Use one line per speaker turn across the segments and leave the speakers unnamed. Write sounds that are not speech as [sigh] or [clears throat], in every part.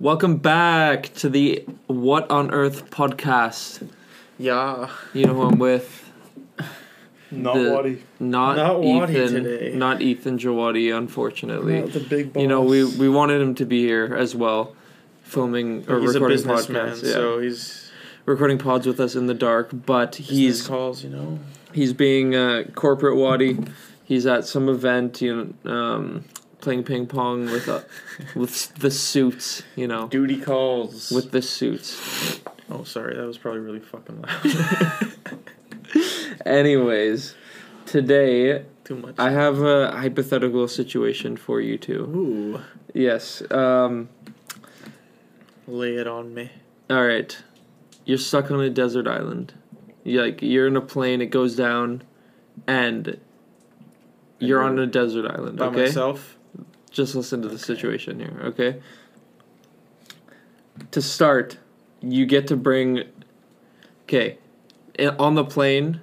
Welcome back to the What on Earth podcast.
Yeah.
You know who I'm with?
Not
The-
Waddy.
Not,
Not Wadi
Ethan.
today.
Not Ethan Jawadi, unfortunately.
Not the big boss.
you know, we we wanted him to be here as well, filming or
he's a
recording
businessman,
podcasts. Yeah.
so he's
recording pods with us in the dark, but
he's
he's
calls, you know.
he's being a corporate Waddy. He's at some event, you know, um, playing ping pong with
[laughs]
uh, with the suits, you know,
Duty calls.
with the suits.
oh, sorry, that was probably really fucking loud. [laughs]
Anyways, today
Too much.
I have a hypothetical situation for you two.
Ooh,
Yes. Um,
lay it on me.
all right. You're stuck on a desert island. You like you're in a plane. It goes down, and you're on a desert island.
By
Okay.
myself.
Just listen to the situation here. Okay. To start, you get to bring. Okay, on the plane.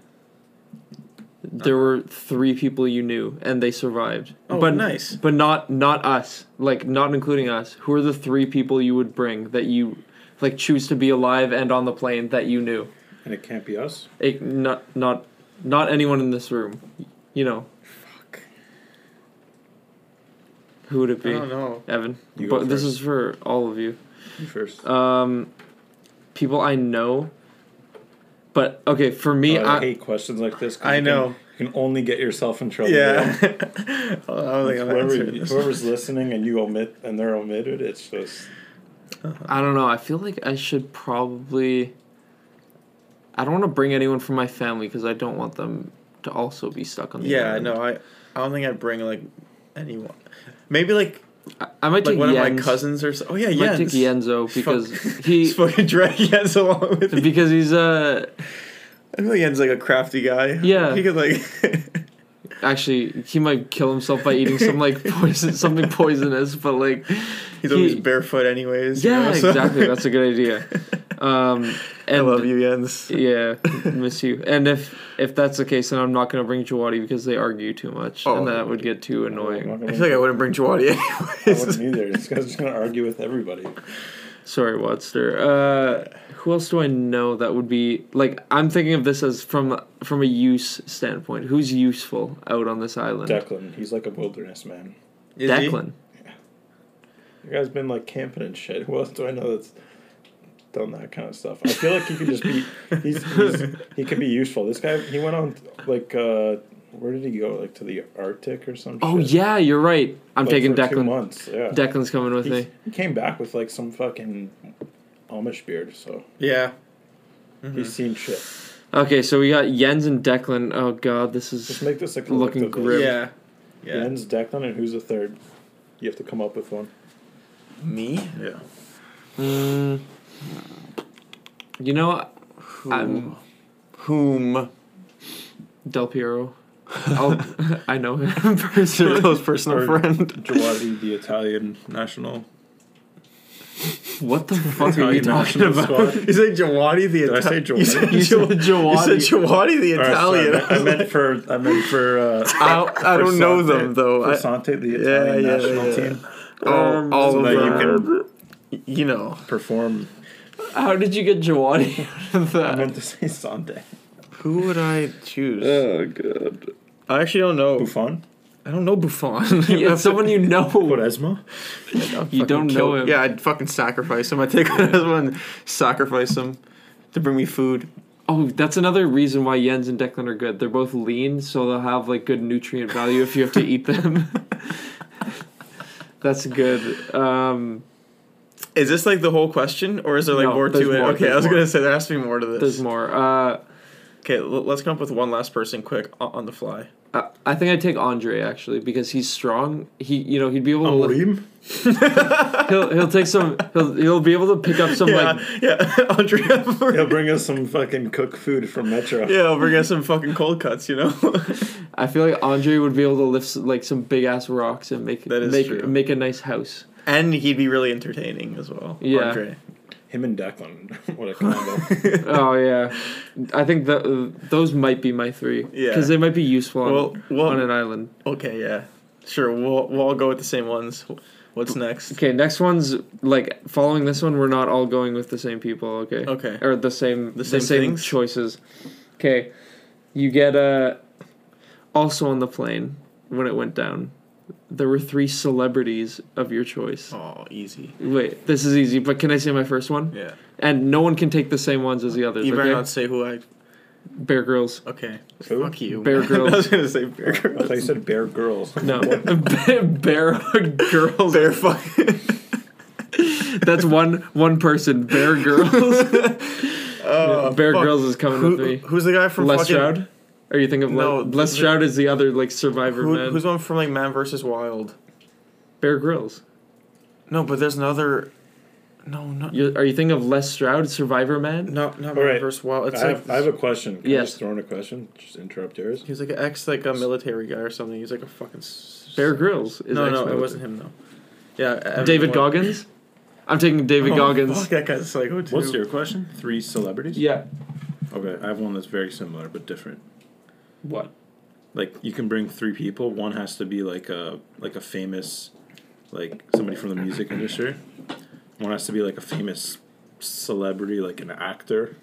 There were three people you knew, and they survived.
Uh-huh. Oh,
but
nice.
But not not us, like not including us. Who are the three people you would bring that you like choose to be alive and on the plane that you knew?
And it can't be us.
It, not not not anyone in this room. You know.
Fuck.
Who would it
I
be?
don't know.
Evan.
Oh, You go
but this
first.
is for all of you.
You first.
Um people I know but okay, for me
Oh, I,
I,
hate questions like this. 'cause
I
you can-
know.
you can only get yourself in trouble.
Yeah. [laughs] I don't think I'm
Whoever,
answering this.
whoever's listening and you omit and they're omitted, it's just
I don't know. I feel like I should probably I don't want to bring anyone from my family cuz I don't want them to also be stuck on the
[laughs] Yeah,
island.
no, I, I don't think I'd bring like anyone. Maybe like
I, I might
like
take
one
Jens.
of my cousins or so. Oh yeah,
I might take
Jens.
Yenzo because
[laughs] Fuck.
he
Just fucking drag Jens along with
[laughs]
me.
because he's uh
I feel like Jens is, like a crafty guy.
Yeah.
he could like. [laughs]
actually he might kill himself by eating some
[laughs]
like poison something poisonous but like
He's always
He-
barefoot, anyways. you
yeah
know, so-
exactly that's a good idea um and
[laughs] I love you, Jens.
Yeah, miss you. And if if that's the case, then I'm not gonna bring Jawadi because they argue too much,
Oh.
and that would get too
I'm not
annoying.
gonna-
I feel like I wouldn't bring Jawadi
I
anyways.
wouldn't either. This guy's gonna argue with everybody.
Sorry, Wadster. Uh, who else do I know that would be like? I'm thinking of this as from from a use standpoint. Who's useful out on this island?
Declan, he's like a wilderness man.
Is he?
Declan.
The guy's been like camping and shit. [laughs] Who else do I know that's done that kind of stuff? I feel like he could just
[laughs]
be he's, he's he could be useful. This guy he went on like uh where did he go? Like to the Arctic or some
Oh
shit.
yeah, you're right. I'm
Like,
taking
for Two
Declan.
months, yeah.
Declan's coming with
He's-
me.
He came back with like some fucking Amish beard, so
Yeah.
he's seen shit.
Okay, so we got Jens and Declan. Oh god, this
Just
is
make this a
Looking
collective
grim.
list.
Yeah. Yeah.
Jens, Declan, and who's the third? You have to come up with one.
Me?
Yeah.
Mm, you know I'm-
Whom?
Del
[laughs]
Piero. I'll, I know him [laughs] personally.
Close personal
Or- [laughs]
friend.
Gilardi, the Italian national.
[laughs]
What the fuck are you
Italian
talking
national
about?
[laughs] [laughs]
squad.
You said Jawadi the
Did I say
Italian. [laughs] You said,
Jawadi?
You said
Jaw- you said Jawadi the
Or,
Italian.
sorry, I meant for I meant for. Uh,
[laughs] I, I don't know
Versante-
them though. I,
Versante, the
Yeah,
Italian
yeah,
national
yeah.
team,
all
Um,
all
so
of
that
them.
you
You know.
can perform.
How did you get Jawadi out of
I
that?
meant to say Sante.
Who would I choose?
Oh god.
I actually don't know.
Buffon,
I don't
[laughs]
know Buffon.
It's someone you
Oh.
know.
Quaresma.
You
fucking
don't know
kill-
him.
Yeah, I'd fucking sacrifice him. I'd take [laughs] one of those one, sacrifice him to bring me food.
Oh, that's another reason why Jens and Declan are good. They're both lean, so they'll have like good nutrient value if you have to eat them. [laughs] that's good. Um,
Is this like the whole question, or is there like
No,
more
there's
to it?
more,
okay, I
there's
was
more.
gonna say there has to be more to
there's
this.
more. Uh,
Okay, l- let's come up with one last person quick o- on the fly.
I- I think I'd take Andre actually because he's strong. He, you know, he'd
Oh.
be able to. lift-
[laughs]
he'll he'll take some. He'll he'll be able to pick up some
yeah,
like
[laughs] yeah, Andrea. [laughs]
He'll bring us some fucking cook food from Metro.
Yeah, we're getting some fucking cold cuts, you know. [laughs]
I feel like Andre would be able to lift s- like some big ass rocks and make
That is
make
true.
make a nice
[laughs]
house.
and he'd be really entertaining as well.
Yeah.
Andre.
Him and Declan. [laughs] what a combo.
oh yeah, I think that uh, those might be my three.
Yeah.
because they might be useful on,
Well, well-
on an island.
Okay, yeah, sure. We'll we'll all go with the same ones. What's next?
Okay, next one's like following this one. We're not all going with the same people. Okay.
Okay.
Or the same the same,
same things?
choices. Okay, you get uh, also on the plane when it went down. There were three celebrities of your choice.
Oh, easy.
Wait, this is easy, but can I say my first one?
Yeah.
And no one can take the same ones as the others.
You better
okay?
not say who I.
Bear Grylls.
Okay.
Who?
Fuck you.
Bear
man. [laughs]
Grylls.
I was gonna say Bear
I
Grylls.
thought you said Bear Girls.
[laughs]
No, Bear Girls.
Bear fucking.
That's one one person. Bear Girls.
[laughs] Oh,
Bear
fuck.
Girls is coming
Who-
with me.
Who's the guy from
Les
fucking?
Stroud? Are you thinking of
No,
Les, Les
the-
Stroud is the other like survivor
Who,
man?
who's the one from like Man vs. Wild?
Bear Grylls.
No, but there's another. No, not
You, are you thinking of Les Stroud, Survivor Man?
not not
All
Man
right.
vs. Wild. It's
I,
like
have, I have a question. Can I
Yes.
just throw in a question? Just interrupt yours.
he was like an ex like a military guy or something. He's like a fucking. s-
Bear Grylls. Is
no, no,
actually-
it wasn't him though. Yeah, everyone-
David Goggins. I'm taking David
Oh,
Goggins.
Fuck, that guy's psycho too.
What's your question? Three celebrities?
Yeah.
Okay, I have one that's very similar but different.
What?
Like you can bring three people. One has to be like a like a famous, like somebody from the music industry. One has to be like a famous celebrity, like an actor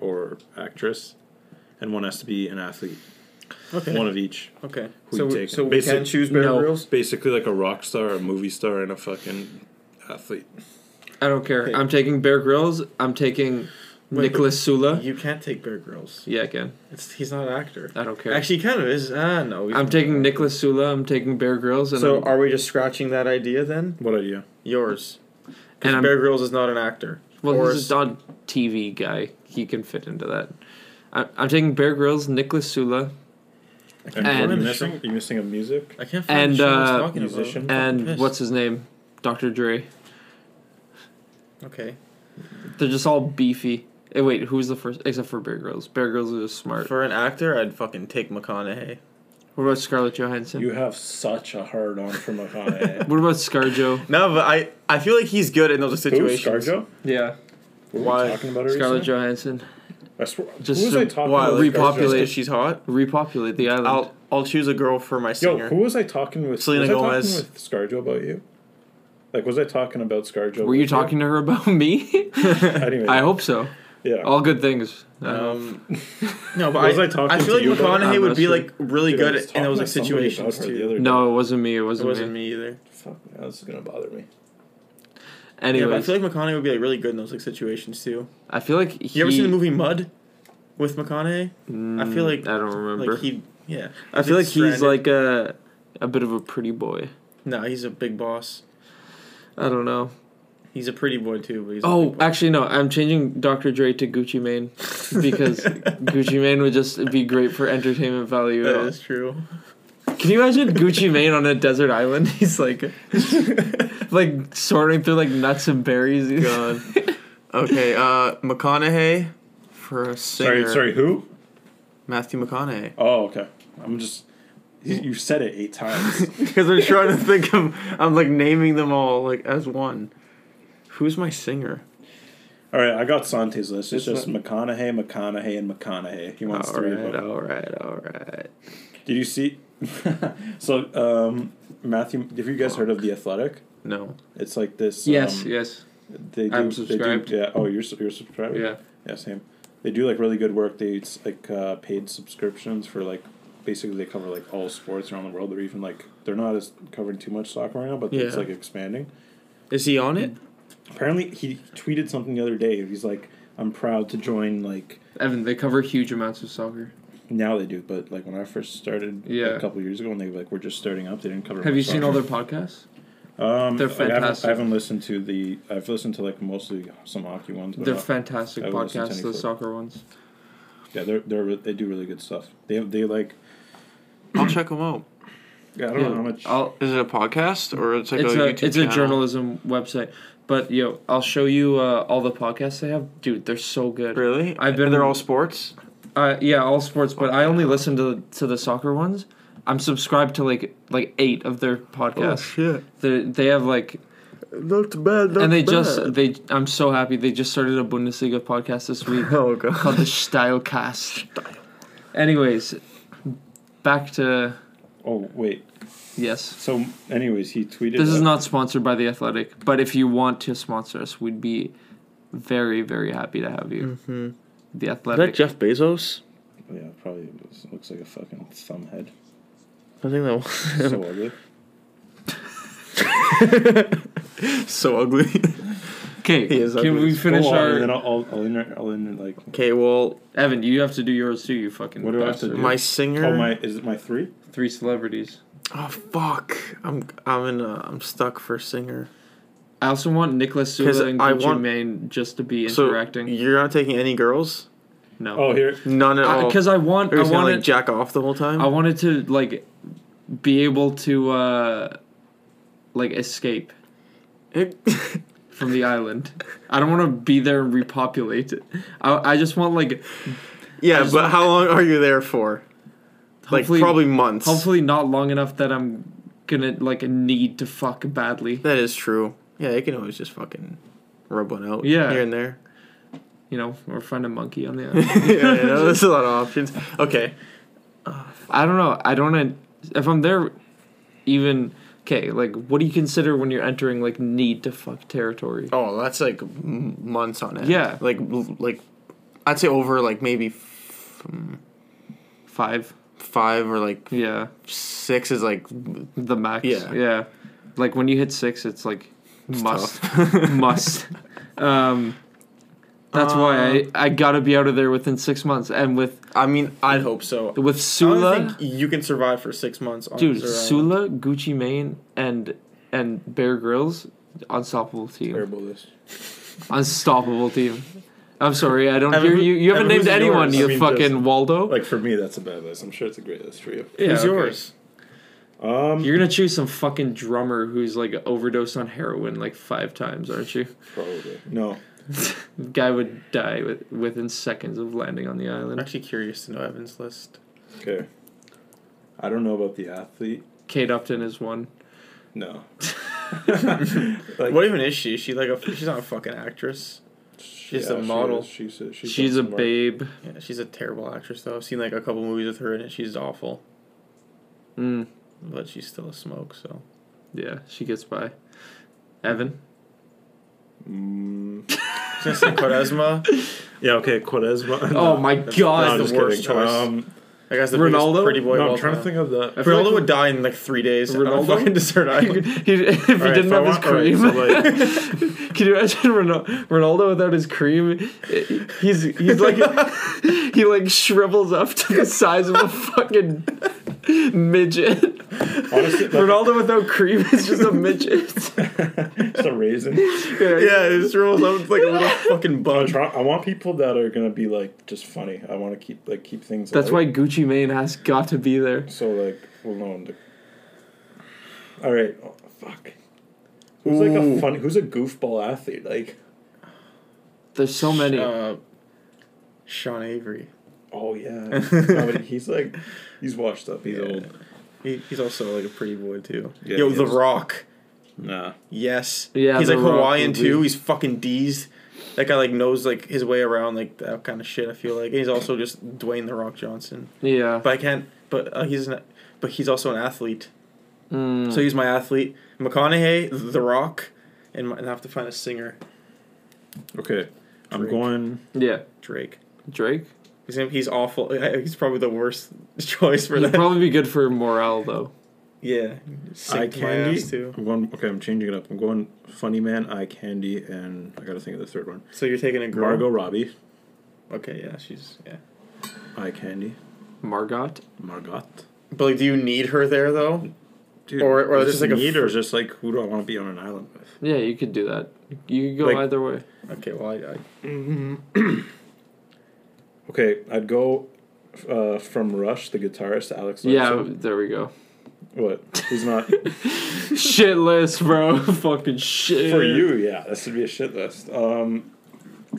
or actress, and one has to be an athlete.
Okay.
One of each.
Okay.
Who
so
you
we,
taking?
so we
Basic-
can choose Bear
No.
Grylls.
Basically, like a rock star, a movie star, and a fucking athlete.
I don't care.
Okay.
I'm taking Bear Grylls. I'm taking
Wait,
Nicholas Sula.
You can't take Bear Grylls.
yeah, I can.
It's he's not an actor.
I don't care.
Actually, he kind of is. Ah, no. he's
I'm
not.
taking Nicholas Sula. I'm taking Bear Grylls, and
So
I'm,
are we just scratching that idea then?
What idea?
Yours.
and
And
I'm
Bear Grylls is not an actor.
well,
or
he's a Don TV guy. He can fit into that. I, I'm taking Bear Grylls, Nicholas Sula,
I
And,
And-
can't
what are
find
you
the show.
missing? You missing a music?
I can't
And,
find the show I was
uh,
talking about.
musician.
I'm fucking
and
pissed.
what's his name, Dr. Dre.
okay
They're just all beefy. Eh, wait, who's the first? Except for Bear Grylls. Bear Grylls is smart.
for an actor? I'd fucking take McConaughey.
What about Scarlett Johansson?
You have such a hard on
[laughs]
for McConaughey.
what about ScarJo?
No, but I I feel like he's good in those
Who?
situations.
ScarJo?
Yeah,
Were
Why?
we talking about her
Scarlett
recently?
Johansson.
I swear,
Just
who was
to-
I talking
Why?
about?
Like,
with ScarJo?
repopulate-
Just 'cause she's hot.
Repopulate the island.
I'll I'll choose a girl for my
Yo,
singer.
who was I talking with?
Selena
was I
Gomez.
talking with ScarJo about you? Like, was I talking about ScarJo?
Were you
with
talking to her about [laughs] me?
I didn't
[laughs]
even.
I hope so.
Yeah.
All good things. Uh, I hope.
Um, no, but
Was
I,
I talking
I feel
to
like
you about
that?
McConaughey would
Honestly.
be like really
Dude, I
good
was
in
talking
those
to
like
somebody about
situations
her
too.
The other day.
no, it wasn't me. It
it
wasn't,
wasn't
me.
me either.
Fuck, man, this is gonna bother me.
Yeah, but I
Anyways,
feel like McConaughey would be like really good in those like situations too.
I feel like he. Mm,
You ever seen the movie Mud with McConaughey? I feel like-
I don't remember.
Like he, yeah.
I feel like he's
stranded.
like a a bit of a pretty boy.
no, he's a big boss.
I don't know.
He's a pretty boy too, but he's a
Oh,
big boss.
actually, no. I'm changing Dr. Dre to Gucci Mane [laughs] because Gucci Mane would just be great for entertainment value.
that is true.
Can you imagine Gucci Mane on a desert island? [laughs] He's
[laughs]
like, like sorting through like nuts and berries. [laughs]
God. okay, uh, McConaughey for a singer.
Sorry, sorry. Who?
Matthew McConaughey.
Oh, okay. I'm just. You you said it
[laughs]
eight times.
Because I'm trying to think of, I'm like naming them all like as one. Who's my singer?
All right, I got Sante's list. It's,
It's
just McConaughey, McConaughey, and McConaughey. He wants
All
three
right,
of them.
all right, all right.
Did you see? [laughs] so, um, Matthew, have you guys heard of the Athletic?
No.
It's like this.
yes,
um,
yes,
They do,
I'm subscribed.
They do, yeah. Oh, you're su- you're subscribed.
yeah.
Yeah, same. They do like really good work. They it's like uh, paid subscriptions for like basically they cover like all sports around the world. They're even like they're not as covering too much soccer right now, but it's
Yeah.
like expanding.
Is he on it?
Apparently, he tweeted something the other day. He's like, "I'm proud to join." Like
Evan, they cover huge amounts of soccer.
now they do, but like when I first started
Yeah.
a couple years ago, and they like were just starting up, they didn't cover.
Have
much
you seen all
soccer.
their podcasts?
Um,
They're
like, I haven't-
fantastic.
I haven't, listened to the. I've listened to like mostly some hockey ones. But
They're
not-
fantastic
I haven't listened to
podcasts,
any
the
for-
soccer ones.
yeah, they're they're re- they do really good stuff. They they like.
I'll check him out.
Yeah, I don't
Yeah,
know how much.
I'll,
Is it a podcast or it's like
it's
a,
a,
YouTube
it's
channel?
a journalism website. But yo, I'll show you uh, all the podcasts they have. Dude, they're so good.
Really?
I've been-
They're all sports.
Uh, yeah, all sports, but I only listen to the, to the soccer ones. I'm subscribed to like like eight of their podcasts.
Oh, shit!
They they have like
Not bad.
and they just they I'm so happy they just started a Bundesliga podcast this week
[laughs]
[laughs]
oh god.
called the Stylecast. Anyways, back to
oh wait,
Yes.
So, anyways, he tweeted.
This is
that-
not sponsored by The Athletic, but if you want to sponsor us, we'd be very, very happy to have
Hmm.
you.
Mm-hmm.
The
Is that
Athletic.
Jeff Bezos?
Yeah, probably looks- looks like a fucking thumb
[laughs]
head.
I think that was
So ugly.
so ugly.
Okay,
He is
can
ugly
we
as
finish
Go on, and
our.
then I'll, I'll, I'll, enter, I'll enter, like.
[laughs] okay, well,
Evan, you have to do yours too, you fucking.
What do I have to
bastard.
do?
my singer.
Oh my! Is it my three?
Three celebrities.
Oh fuck! I'm I'm in a, I'm stuck for singer.
I also want Nicholas
'Cause
Sula and
I
Gucci
want-
Mane just to be
So
interacting.
you're not taking any girls?
no.
Oh, here.
None at all.
because Uh, I want
You're
I
just gonna like
wanted
jack off the whole time.
I wanted to like be able to uh like escape
It-
from the island. I don't want to be there and repopulate. I I just want like I
[laughs] yeah,
just
but how long are you there for? Like
Hopefully-
probably months.
hopefully not long enough that I'm gonna like need to fuck badly.
That is true. Yeah, you can always just fucking rub one out.
Yeah.
here and
[laughs]
there. [laughs]
You know, or find a monkey on the island.
yeah, you know, there's a lot of options. Okay,
I don't know. I don't. en- If I'm there, even okay. Like, what do you consider when you're entering like need to fuck territory?
Oh, that's like m- months on end.
Yeah.
like l- like I'd say over like maybe f- mm,
Five.
five or like
Yeah,
six is like
the max.
Yeah.
yeah. Like when you hit six, it's like must,
tough.
[laughs]
[laughs]
must. Um, that's why
Um,
I I gotta be out of there within six months. And with
I mean, I'd hope so.
with
I
Sula,
don't think uh, you can survive for six months. On
dude,
Zero Island.
Sula, Gucci Mane, and and Bear Grylls, unstoppable team.
Terrible this.
Unstoppable team. I'm sorry, I don't
Evan,
hear
who-
you. You haven't
Evan, who's
named anyone,
yours?
you
I mean,
fucking
just-
Waldo.
Like for me, that's a bad list. I'm sure it's a great list for you.
Yeah,
Who's
okay.
yours?
Um,
You're gonna choose some fucking drummer who's like overdosed on heroin like five times, aren't you?
probably no.
Guy would die with, within seconds of landing on the
I'm
island.
actually curious to know Evan's list.
Okay. I don't know about the athlete.
Kate Upton is one. [laughs]
No.
Like,
Like-
what even is she? Is She like a she's not a fucking actress. She's
Yeah,
a
she
model.
is. She's a, she's
She's,
got
a
some
babe.
Yeah, she's a terrible actress though. I've seen like a couple movies with her in it. She's awful,
Mm,
but she's still a smoke. So
yeah, she gets by. Evan.
mark- Mm.
just like Quaresma,
Yeah. Okay. Quaresma.
[laughs] oh my
that's-
god.
that's
I'm
the
just
worst
kidding.
choice.
Um,
I guess the
Ronaldo?
Ronaldo? pretty boy.
no,
of
I'm
all
trying to
time.
think of the.
I feel
Ronaldo
like-
would die in like three days.
Ronaldo?
Ronaldo fucking [laughs] desert
[laughs] He-
island.
he- if he
Alright,
didn't
so I
have his
want- alright,
cream,
so,
[laughs]
like-
can you imagine Ronaldo, Ronaldo without his cream? He's he's like he like shrivels up to the size of a fucking midget.
honestly, like,
Ronaldo without cream is just a midget.
just a raisin.
yeah, it just rolls up with, like a little fucking
I,
bug.
try, I want people that are gonna be like just funny. I want to keep like keep things.
That's
light.
why Gucci Mane has got to be there.
So like, well, no. I'm the- All right. Oh, fuck. Who's like a
Ooh.
funny? Who's a goofball athlete? Like,
There's so many.
Uh, Sean Avery.
oh [laughs] yeah, No, but he's like, he's washed up. He's
Yeah.
old.
He, he's also like a pretty boy too.
Yeah,
Yo,
he
The
is.
Rock.
Nah.
Yes.
Yeah,
He's
The
like
Rock
Hawaiian
would be-
too. He's fucking D's. That guy like knows like his way around like that kind of shit. I feel like and he's also just Dwayne the Rock Johnson.
yeah.
But I can't. But uh, he's an. But he's also an athlete.
Mm.
So he's my athlete. McConaughey, The Rock, and, my, and I have to find a singer.
Okay. I'm
Drake.
going.
yeah.
Drake.
Drake.
He's he's awful. I- I- He's probably the worst [laughs] choice for
He'd
that.
probably be good for morale though.
yeah.
Eye
Sick
candy.
ass too.
I'm going. Okay, I'm changing it up. I'm going funny man, eye candy, and I gotta think of the third one.
So you're taking a girl.
Margot Robbie,
Okay. Yeah. She's yeah.
eye candy.
Margot.
Margot.
But like, do you need her there though?
Dude,
Or- or
is
just
this
like a
need,
fr-
or is this like who do I want to be on an island with?
Yeah, you could do that. You could go
Like-
either way.
Okay. Well, I, I
Okay, I'd go uh, from Rush, the guitarist, to Alex.
Yeah,
Lifeson.
there we go.
What?
[laughs]
He's not
shit list, bro. [laughs] Fucking shit.
for you. Yeah, this would be a shit list. Um,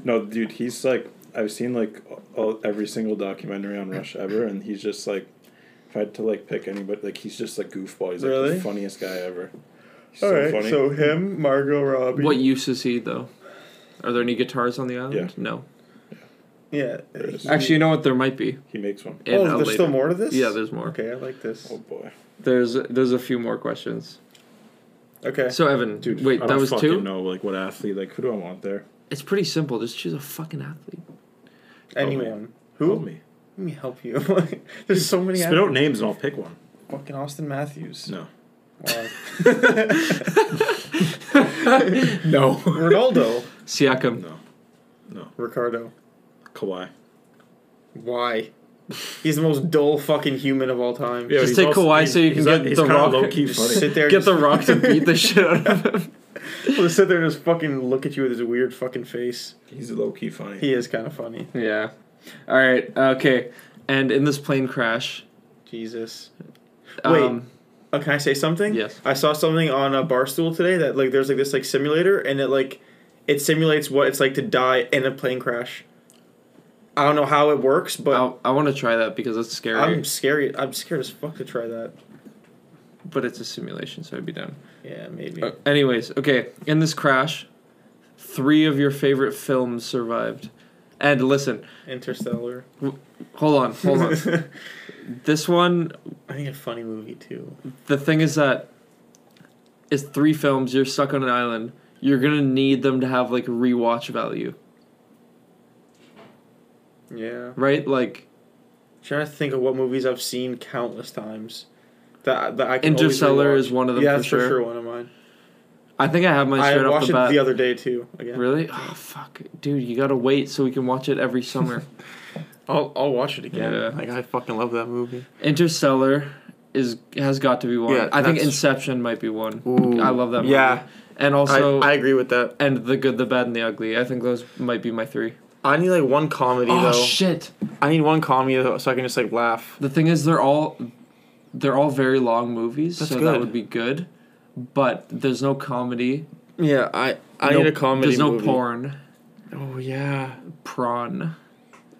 no, dude, he's like I've seen like all, every single documentary on Rush ever, and he's just like if I had to like pick anybody, like he's just like goofball. He's like
Really?
the funniest guy ever. He's
All
so
right,
funny.
so him, Margot Robbie.
What use is he though? Are there any guitars on the island?
Yeah.
No.
Yeah.
There it is.
Actually, you know what? There might be.
he makes one.
in
oh,
a
there's
later-
still more to this.
Yeah, there's more.
Okay, I like this.
Oh boy.
There's there's a few more questions.
Okay.
So Evan,
Dude,
wait,
I
that
don't
was
fucking
two.
Know like what athlete? Like who do I want there?
It's pretty simple. Just choose a fucking athlete.
Anyone.
Help
Who?
me.
Let me help you. [laughs] There's so many.
Spit out names and I'll pick one.
Fucking Austin Matthews.
No.
Wow.
[laughs]
[laughs]
No.
[laughs]
Ronaldo.
Siakam.
no.
Ricardo.
Kawhi.
Why? He's the most dull fucking human of all time.
Just take Kawhi so you can get the rock. [laughs]
Low key
Just
funny.
sit there.
Get
Get
the Rock to beat the shit out of him.
just [laughs] sit there and just fucking look at you with his weird fucking face.
He's low key funny.
He is kind of funny.
[laughs] Yeah. All right. Okay. And in this plane crash.
Jesus. Wait.
Um,
Oh, can I say something?
Yes.
I saw something on a barstool today that like there's like this like simulator and it like it simulates what it's like to die in a plane crash. I don't know how it works, but
I, I want to try that because it's scary,
I'm scary. I'm scared as fuck to try that.
but it's a simulation, so I'd be down.
Yeah, maybe.
Uh, anyways, okay. In this crash, three of your favorite films survived. And listen,
Interstellar.
hold on, hold
[laughs]
on. this one,
I think a funny movie too.
the thing is that it's three films. You're stuck on an island. You're gonna need them to have like rewatch value,
Yeah.
right? Like
trying to think of what movies I've seen countless times. That that I can always
Interstellar
rewatch.
is one of them
yeah,
for
that's
sure.
one of mine.
I think I have mine straight
I
off
watched
the bat.
it the other day too. Again,
Really? Oh fuck, dude! You gotta wait so we can watch it every
[laughs]
summer.
I'll I'll watch it again.
Yeah.
Like I fucking love that movie.
Interstellar is has got to be one.
Yeah,
I think
that's-
Inception might be one.
Ooh,
I love that movie.
yeah.
and also
I, I agree with that.
and the good, the bad, and the ugly. I think those might be my three.
I need like one comedy
Oh
though.
shit!
I need one comedy though, so I can just like laugh.
The thing is, they're all they're all very long movies,
That's
so that
good.
would be good. But there's no comedy.
Yeah, I I
no,
need a comedy.
There's no
movie.
porn.
Oh yeah.
Prawn.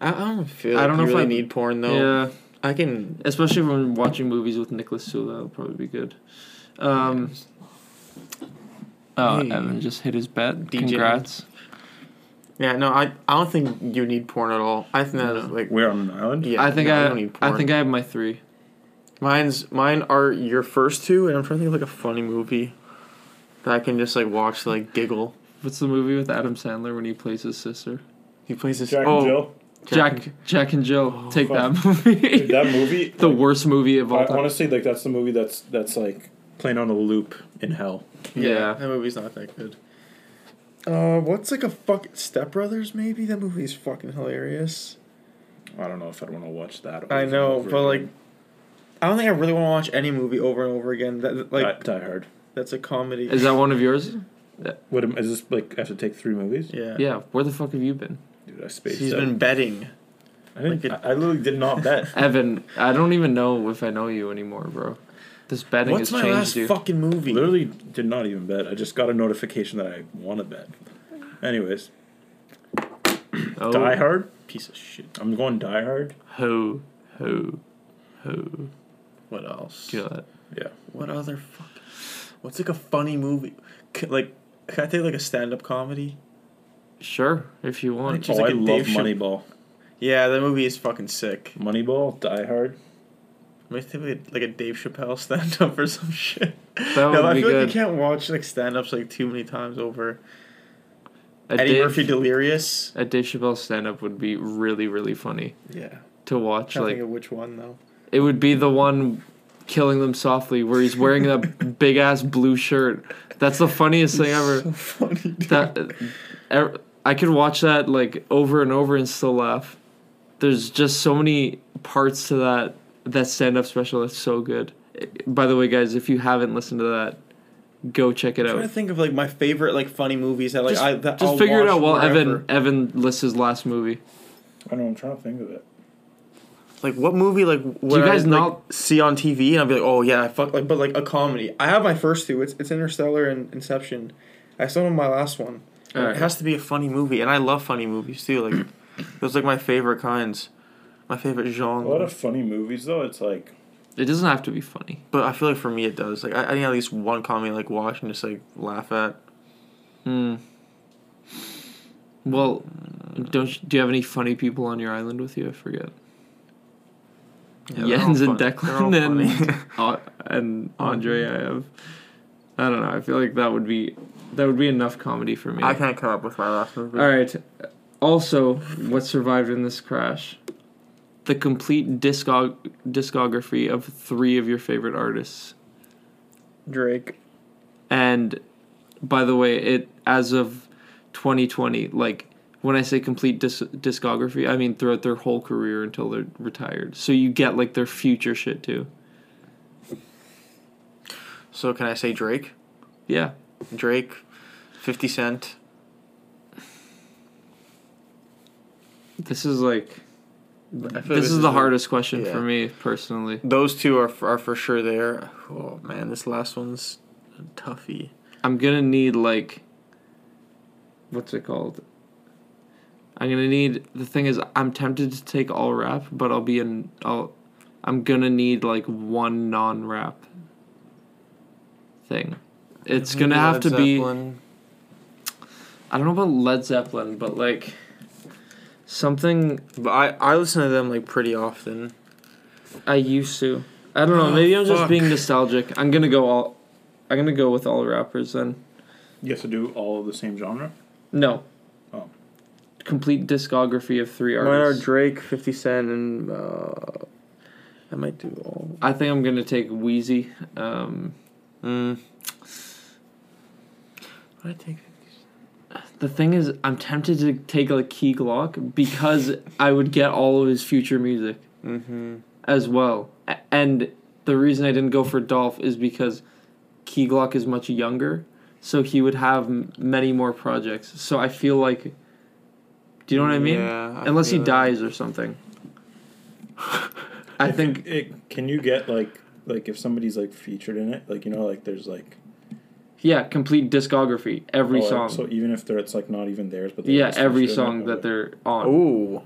I, I don't feel.
I
Like I
don't
don't
know if
really
I-
need porn though.
Yeah,
I can.
especially when watching movies with Nicholas Sula, it'll probably be good. Um, Oh,
Hey.
Evan just hit his bet.
DJ.
Congrats.
Yeah, no, I I don't think you need porn at all. I think that is
No.
like.
We're on an island.
Yeah,
I think
no,
I,
I don't need
I
porn.
think I have my three.
Mine's mine are your first two, and I'm trying to think of like a funny movie that I can just like watch like giggle.
What's the movie with Adam Sandler when he plays his sister?
He plays this.
Jack
oh,
and Jill.
Jack Jack, and Jill. Take
fuck.
that movie.
Dude,
[laughs]
[laughs]
that movie.
the worst movie of all
I,
time.
honestly, like that's the movie that's that's like playing on a loop in hell.
yeah.
that movie's not that good. Uh, what's like a fuck Step Brothers? Maybe that movie's fucking hilarious.
I don't know if I'd want to watch that. over
I
and
know,
over
but like,
again.
I don't think I really want to watch any movie over and over again. That- That like
Die, Die Hard.
that's a comedy.
Is that one of yours?
What am, is this like? I have to take three movies.
yeah.
Yeah. Where the fuck have you been,
Dude, I spaced
He's
out.
been betting.
I, didn't,
like
I I literally did not bet.
[laughs]
Evan? I don't even know if I know you anymore, bro. This betting
What's
has
my last
changed you.
fucking movie?
literally did not even bet. I just got a notification that I won a bet. Anyways,
oh,
Die Hard.
Piece of shit.
I'm going Die Hard.
Ho ho ho.
What else?
God.
Yeah.
What other fuck? What's like a funny movie? C- like, can I take like a stand up comedy?
Sure, if you want.
She's
oh,
like a
I love
Dave Chappelle.
Moneyball.
Yeah, that movie is fucking sick.
Moneyball, Die Hard.
Maybe think like a, like a Dave Chappelle [laughs] stand up or some shit.
That would
no, I
be
feel
good.
like you can't watch like stand ups like too many times over.
A
Eddie
Dave,
Murphy Delirious.
a Dave Chappelle stand up would be really, really funny
Yeah.
to
I
watch.
can't
Like
think of which one though.
it would be the one killing them softly where he's wearing
[laughs]
that big ass blue shirt. That's the funniest thing ever.
[laughs] So funny. Dude.
That er, I could watch that like over and over and still laugh. There's just so many parts to that that stand up special that's so good. By the way, guys, if you haven't listened to that, go check it
I'm trying
out.
to think of like my favorite like funny movies that like I that
Just
I'll
figure it
watch
out while
wherever.
Evan Evan lists his last movie.
I don't know. I'm trying to think of it.
Like what movie like would
you guys
I, like,
not-
see on TV and I'd be like, oh yeah, I fuck like but like a comedy. I have my first two. It's it's Interstellar and Inception. I still have my last one.
All right.
It has to be a funny movie, and I love funny movies too. Like [clears throat] those like my favorite kinds, my favorite
A
genre.
lot of funny movies though. It's like
It doesn't have to be funny.
but I feel like for me it does. Like I, I need at least one comedy like watch and just like laugh at.
Hmm. Well, don't you, do you have any funny people on your island with you? I forget.
Yeah, they're all
Jens and
fun- they're all
Declan and
funny.
[laughs] Au- and Andre. I have. I don't know. I feel like that would be that would be enough comedy for me.
I can't come up with my last movie.
All right. Also, what survived in this crash? The complete discog- discography of three of your favorite artists.
Drake.
And by the way, it as of 2020, like when I say complete dis- discography, I mean throughout their whole career until they're retired. So you get like their future shit too.
So can I say Drake?
Yeah.
Drake, Fifty Cent.
This is like
I feel like
this, is, the
a-
hardest question
yeah.
for me personally.
Those two are f- are for sure there. Oh man, this last one's a toughie.
I'm gonna need like what's it called? I'm gonna need the thing is I'm tempted to take all rap, but I'll be in I'll I'm gonna need like one non rap thing. It's gonna
Maybe
have
Led
to
Zeppelin.
be I don't know about Led Zeppelin, but like something
But I I listen to them like pretty often.
I used to. I don't know,
Oh,
maybe I'm just
fuck.
being nostalgic. I'm gonna go all I'm gonna go with all rappers then.
You have to do all of the same genre.
No.
Oh.
Complete discography of three
Mine are
artists.
Drake, Fifty Cent, and uh, I might do all.
I think I'm gonna take Wheezy. Um,
Mm. What I take?
the thing is, I'm tempted to take like Key Glock because I would get all of his future music
Mm-hmm.
as well. A- And the reason I didn't go for Dolph is because Key Glock is much younger, so he would have m- many more projects. So I feel like, do you know what I mean?
Yeah. I
Unless he
feel that.
dies or something. I
If
think
it, it- Can you get like like if somebody's like featured in it, like you know, like there's like
yeah, complete discography, every
oh,
song.
So even if they're, it's like not even theirs, but they're
yeah,
just
every
featured in it,
song that
okay.
they're on.
Ooh.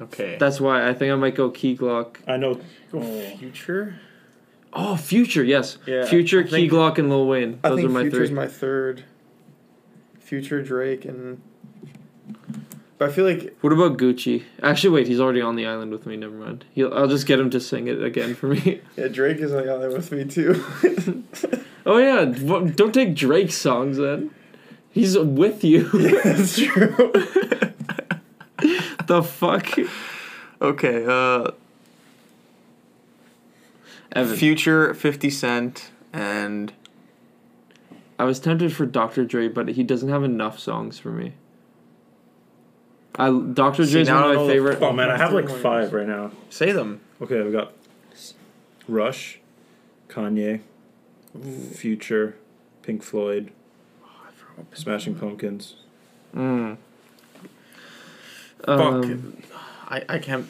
Okay.
That's why I think I might go Key Glock.
I know.
Go
oh,
Future.
Oh, Future, yes.
Yeah,
Future,
I
Key
think-
Glock, and Lil Wayne.
I
Those
think
are my
Future's
three.
my third. Future Drake and. But I feel like
What about Gucci? Actually, wait, he's already on the island with me. Never mind. He'll, I'll just get him to sing it again for me. [laughs]
yeah, Drake is like out there with me
[laughs]
too.
oh yeah, w- don't take Drake's songs then. He's with you. [laughs]
That's true.
the fuck,
[laughs] okay. Uh,
Evan.
Future, Fifty Cent, and
I was tempted for Dr. Dre, but he doesn't have enough songs for me. I Dr.
See,
Dre's
now
one
I
of
know
my
the
favorite.
oh man, I have like
Fucking
five right now.
say them.
Okay, we got Rush, Kanye, Future, Pink Floyd, Smashing Pumpkins.
Mm. Um, [laughs]
Fuck. I, I can't.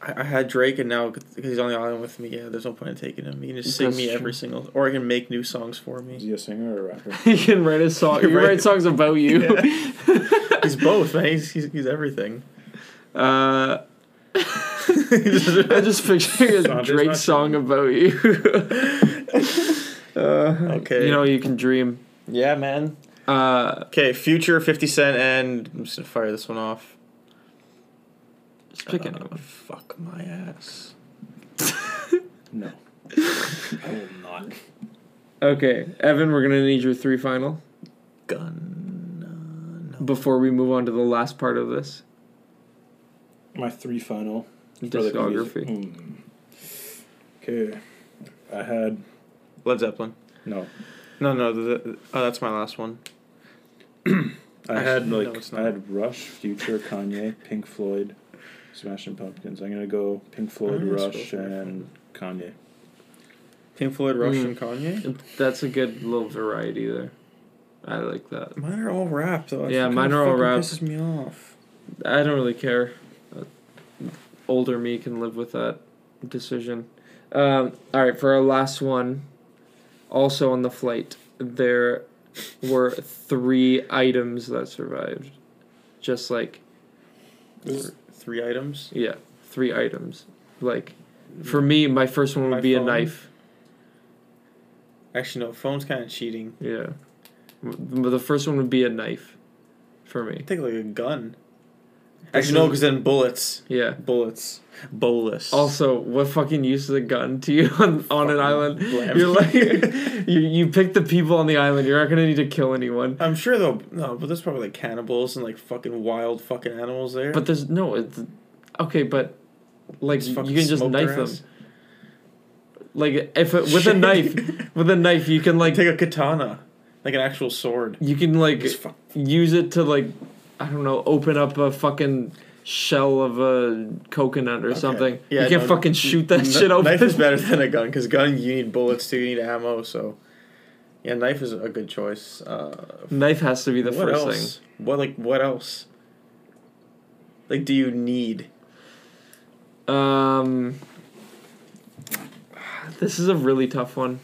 I, I had Drake and now because he's on the island with me. Yeah, there's no point in taking him. He can just sing
That's
me
true.
every single, or he can make new songs for
Is
me.
he a singer or a rapper?
he can write a song. He
He
can
write-
write songs about you. [laughs]
he's both, man. He's he's, he's everything.
Uh, I just picture a
Sandra's
Drake
not
song about you. [laughs]
Okay.
you know, you can dream.
Uh-huh. Yeah, man.
Uh,
Okay, Future, Fifty Cent, and I'm just gonna fire this one off.
just pick
Uh,
anyone.
Fuck my ass.
[laughs]
No. I will not.
Okay, Evan, we're gonna need your three final
Gun. uh, no.
before we move on to the last part of this
My three final for the music-
discography.
Mm. Okay, I had
Led Zeppelin.
no.
No, no. The, the, oh, that's my last one.
I had
Actually,
like
no, it's
I
not.
had Rush, Future, Kanye, Pink Floyd, Smashing Pumpkins. I'm gonna go Pink Floyd,
Oh, that's
Rush,
cool.
and Kanye.
Pink Floyd, Rush,
Mm.
and Kanye.
That's a good little variety there. I like that.
Mine are all rap though. That's
Yeah,
what
mine
kinda
are all
fucking
rap.
Pisses me off.
I don't really care. Uh, Older me can live with that decision. Um, all right, for our last one, also on the flight, there were three items that survived. Just like,
Th- Three items.
yeah, three items. Like, for me, my first one would
My
be a
phone?
knife.
Actually, no. Phone's kind of cheating.
Yeah. M- The first one would be a knife for me.
Take like a gun.
Actually, no, because then bullets,
Yeah.
bullets, bolus.
Also, what fucking use is a gun to you [laughs] on, on an island?
[laughs] blam.
You're like, [laughs] you, you pick the people on the island. You're not gonna need to kill anyone.
I'm sure they'll no, but there's probably like cannibals and like fucking wild fucking animals there.
But there's no, it's, okay, but like
Just
you
fucking
can just
smoke
knife
their
them.
ass.
Like if it,
[laughs]
with a knife, with a knife you can like
Take a katana, like an actual sword.
you can like
Just fuck.
use it to like I don't know open up a fucking shell of a coconut or something.
Yeah,
you can't
no,
fucking shoot that
Kn-
shit open.
Knife is better than a gun because gun you need bullets too, you need ammo. So yeah, knife is a good choice. Uh,
[laughs] Knife has to be the
what
first
else?
thing.
What like what else? Like, do you need?
Um, this is a really tough one.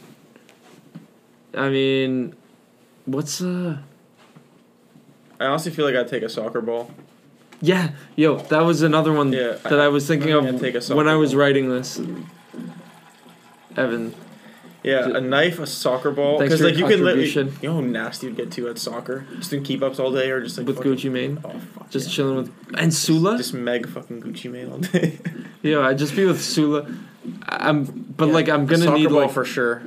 I mean, what's uh?
I honestly feel like I'd take a soccer ball.
Yeah, yo, that was another one
Yeah,
that I, was thinking
I'm
of
gonna take a soccer
when I was
ball.
writing this. Evan,
Yeah, a knife, a soccer ball.
Thanks
Because
for
like
your
you can literally, you
contribution.
know, how nasty you'd get to at soccer, just in keep ups all day, or just like
with
fucking-
Gucci Mane,
Oh fuck.
just
yeah.
chilling with and Sula.
Just meg fucking Gucci Mane all day.
Yeah, I'd just be with Sula. I'm, [laughs] but
Yeah,
like, I'm gonna
soccer
need
ball
like
for sure.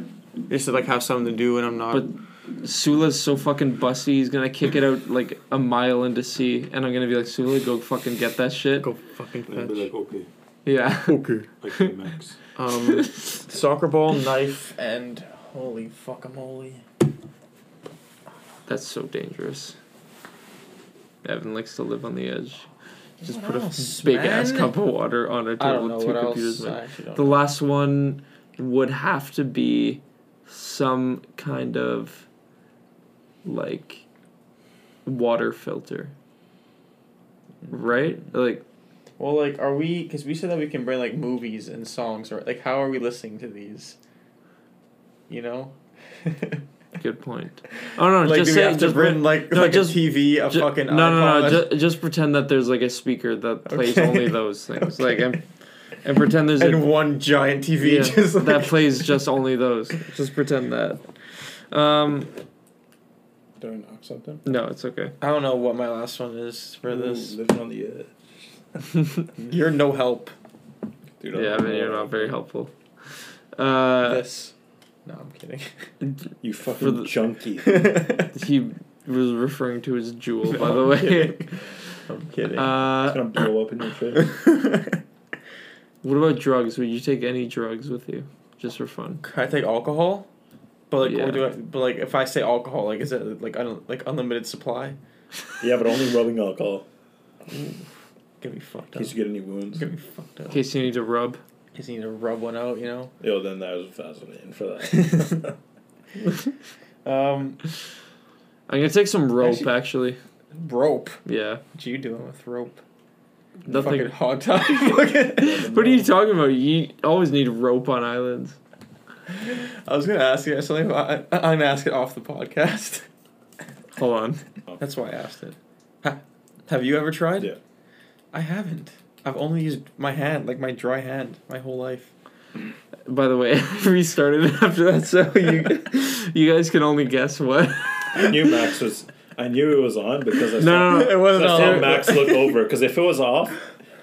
Just to like have something to do when I'm not.
But- Sula's so fucking busty. He's gonna kick it out like a mile into sea, and I'm gonna be like, Sula, go fucking get that shit.
go fucking
And I'd be like,
fetch.
okay,
Yeah,
Okay.
okay, Max.
Um, [laughs] soccer ball, knife, and holy fuck, I'm holy.
that's so dangerous. Evan likes to live on the edge. Just
What
put a
else,
big ass
man?
cup of water on a
I
table
don't know
with two
what else.
computers.
I
man.
actually don't
The last one would have to be some kind of like water filter. Right? Like
Well, like, are we? Because we said that we can bring like movies and songs, or like, how are we listening to these? You know.
good point. Oh no,
[laughs] like,
just
do
say
we have to
just
bring like,
no,
like
just-
a TV, a
ju-
fucking
no, no, no,
iPod?
ju- just pretend that there's like a speaker that plays
[laughs] Okay.
only those things. Like and, and pretend there's
and
a
one giant TV
yeah,
[laughs] just like,
that plays just only those. [laughs] Just pretend that. Um
Did I knock something?
no, it's okay.
I don't know what my last one is
Mm.
for this.
Ooh, living on the edge.
You're no help.
Dude, I
Yeah, I
don't
mean
know.
you're not very helpful. Uh
this. No, I'm
[laughs]
kidding.
You
For the-
[laughs]
fucking junkie.
Uh,
he was referring to his jewel, by [laughs] the way.
I'm kidding.
[laughs]
It's
Uh,
gonna blow up in your face.
what about drugs? Would you take any drugs with you, just for fun?
Can I take alcohol? But like,
Yeah.
or do I, but like, if I say alcohol, like, is it like un, like unlimited supply?
Yeah, but only rubbing alcohol.
Gonna be fucked
In
up.
case you get any
It's
wounds.
gonna be fucked
In
up.
case you need to rub.
Just need to rub one out, you know.
Yo, then that was fascinating for that.
Um,
I'm gonna take some rope,
Actually-
actually.
rope.
Yeah,
What you doing with rope? Fucking
nothing.
hog [laughs] tie.
What are [laughs] you talking about? You always need rope on islands.
I was gonna ask you guys something, but I, I'm asking off the podcast. [laughs]
Hold on.
That's why I asked it. Ha, have you ever tried?
Yeah.
I haven't. I've only used my hand, like my dry hand, my whole life.
By the way, [laughs] I restarted it after that, so
[laughs]
[laughs] you you guys can only guess what. [laughs]
I knew Max was. I knew it was on because I
No,
saw,
no, no.
it
I
wasn't
saw
all.
Max look over. Because if it was off,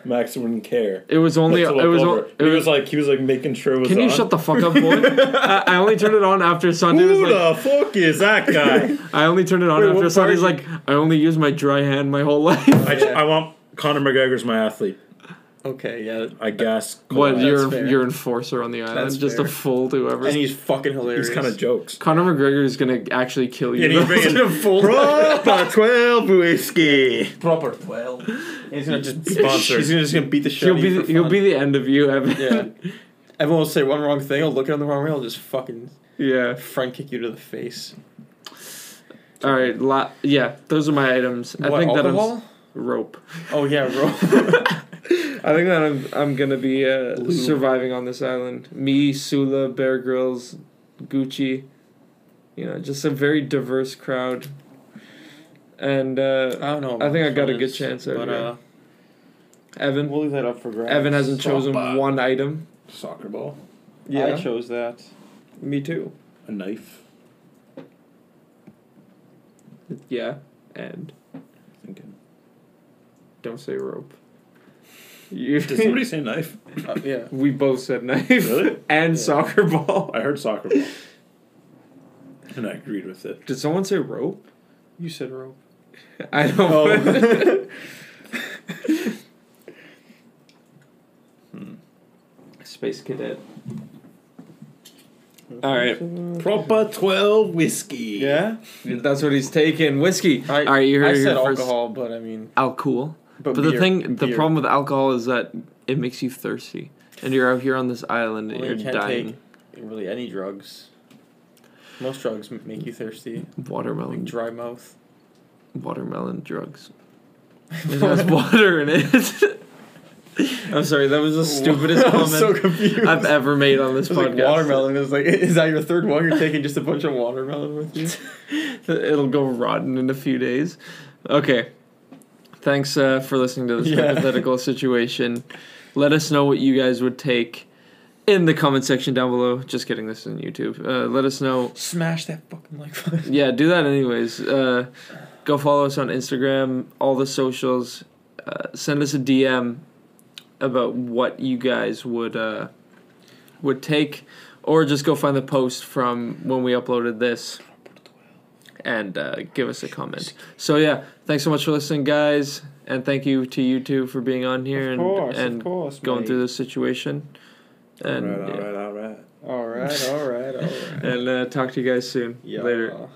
Max wouldn't care.
It was only. It
But to look
was.
over.
o- It
he was
was.
like he was like making sure it was.
Can you shut the fuck up,
[laughs]
boy? I, I only turned it on after Sunday was
Who
like.
the fuck is that guy?
I only turned it on
Wait,
after
what
Sundays.
part
Like I only use my dry hand my whole [laughs]
Oh,
life.
[laughs] I, I want Conor McGregor's my athlete.
Okay, yeah.
I guess.
What
that's
your
fair.
your enforcer on the island?
That's
just a
fair.
fool to whoever.
And he's fucking hilarious.
These kind of jokes.
Conor McGregor is gonna actually kill you.
And
[laughs]
he's bringing-
Proper twelve whiskey. Proper twelve. And he's gonna just
Sponsored.
He's gonna just gonna beat the shit.
he'll
out of you
be
for
he'll
fun.
be the end of you, Evan.
Yeah. Everyone will say one wrong thing. He'll look at the wrong way. He'll just fucking
[laughs] yeah.
front kick you to the face.
All right. La- yeah. Those are my items. I
What,
think that I'm
alcohol?
s- rope.
Oh
[laughs]
yeah, bro.
I think that I'm I'm gonna be uh, surviving on this island. Me, Sula, Bear Grylls, Gucci. You know, just a very diverse crowd. And uh,
I don't know.
I think I
what
got a
it
good
is,
chance out
but,
here.
uh,
Evan.
We'll leave that up for grabs.
Evan hasn't chosen
Softball.
one item.
Soccer ball,
I chose that.
me too.
a knife.
Yeah, and
[laughs] Thinking.
Don't say rope. You,
Did somebody say knife?
Uh, yeah.
[laughs] we both said knife
Really?
[laughs] and
Yeah.
soccer ball.
I heard soccer ball. And I agreed with it.
Did someone say rope?
You said rope.
I don't.
[laughs]
[laughs]
Oh.
Space cadet. All right,
Proper 12 whiskey.
Yeah.
that's what he's taking. Whiskey.
I,
All right, you heard
I
it here
said
first.
alcohol, but I mean,
Alcohol.
but,
But
beer,
the thing, the
beer.
problem with alcohol is that it makes you thirsty, and you're out here on this island and
Well,
you're
you can't
dying.
take really any drugs. Most drugs m- make you thirsty, like
Watermelon,
dry mouth.
watermelon drugs. [laughs] It has water in it. I'm sorry, that [laughs] was the stupidest
[laughs] I'm
comment
so confused.
I've ever made on this
It's like
podcast.
watermelon. It's like, is that your third one? You're taking just a bunch of watermelon
[laughs]
with you?
It'll go rotten in a few days. Okay. Thanks uh, for listening to this
Yeah.
[laughs] hypothetical situation. Let us know what you guys would take in the comment section down below. Just kidding, this is on YouTube. Uh, let us know.
Smash that fucking like button.
Yeah, do that anyways. Uh, go follow us on Instagram, all the socials. Uh, send us a DM about what you guys would uh, would take, or just go find the post from when we uploaded this and uh, give us a comment. So yeah, thanks so much for listening, guys, and thank you to you two for being on here and
Of course,
and
of course.
going
mate.
through this situation. And
all right, all
yeah.
right, all right.
All right, all right, all right.
and uh, talk to you guys soon.
Yeah.
[laughs] Later.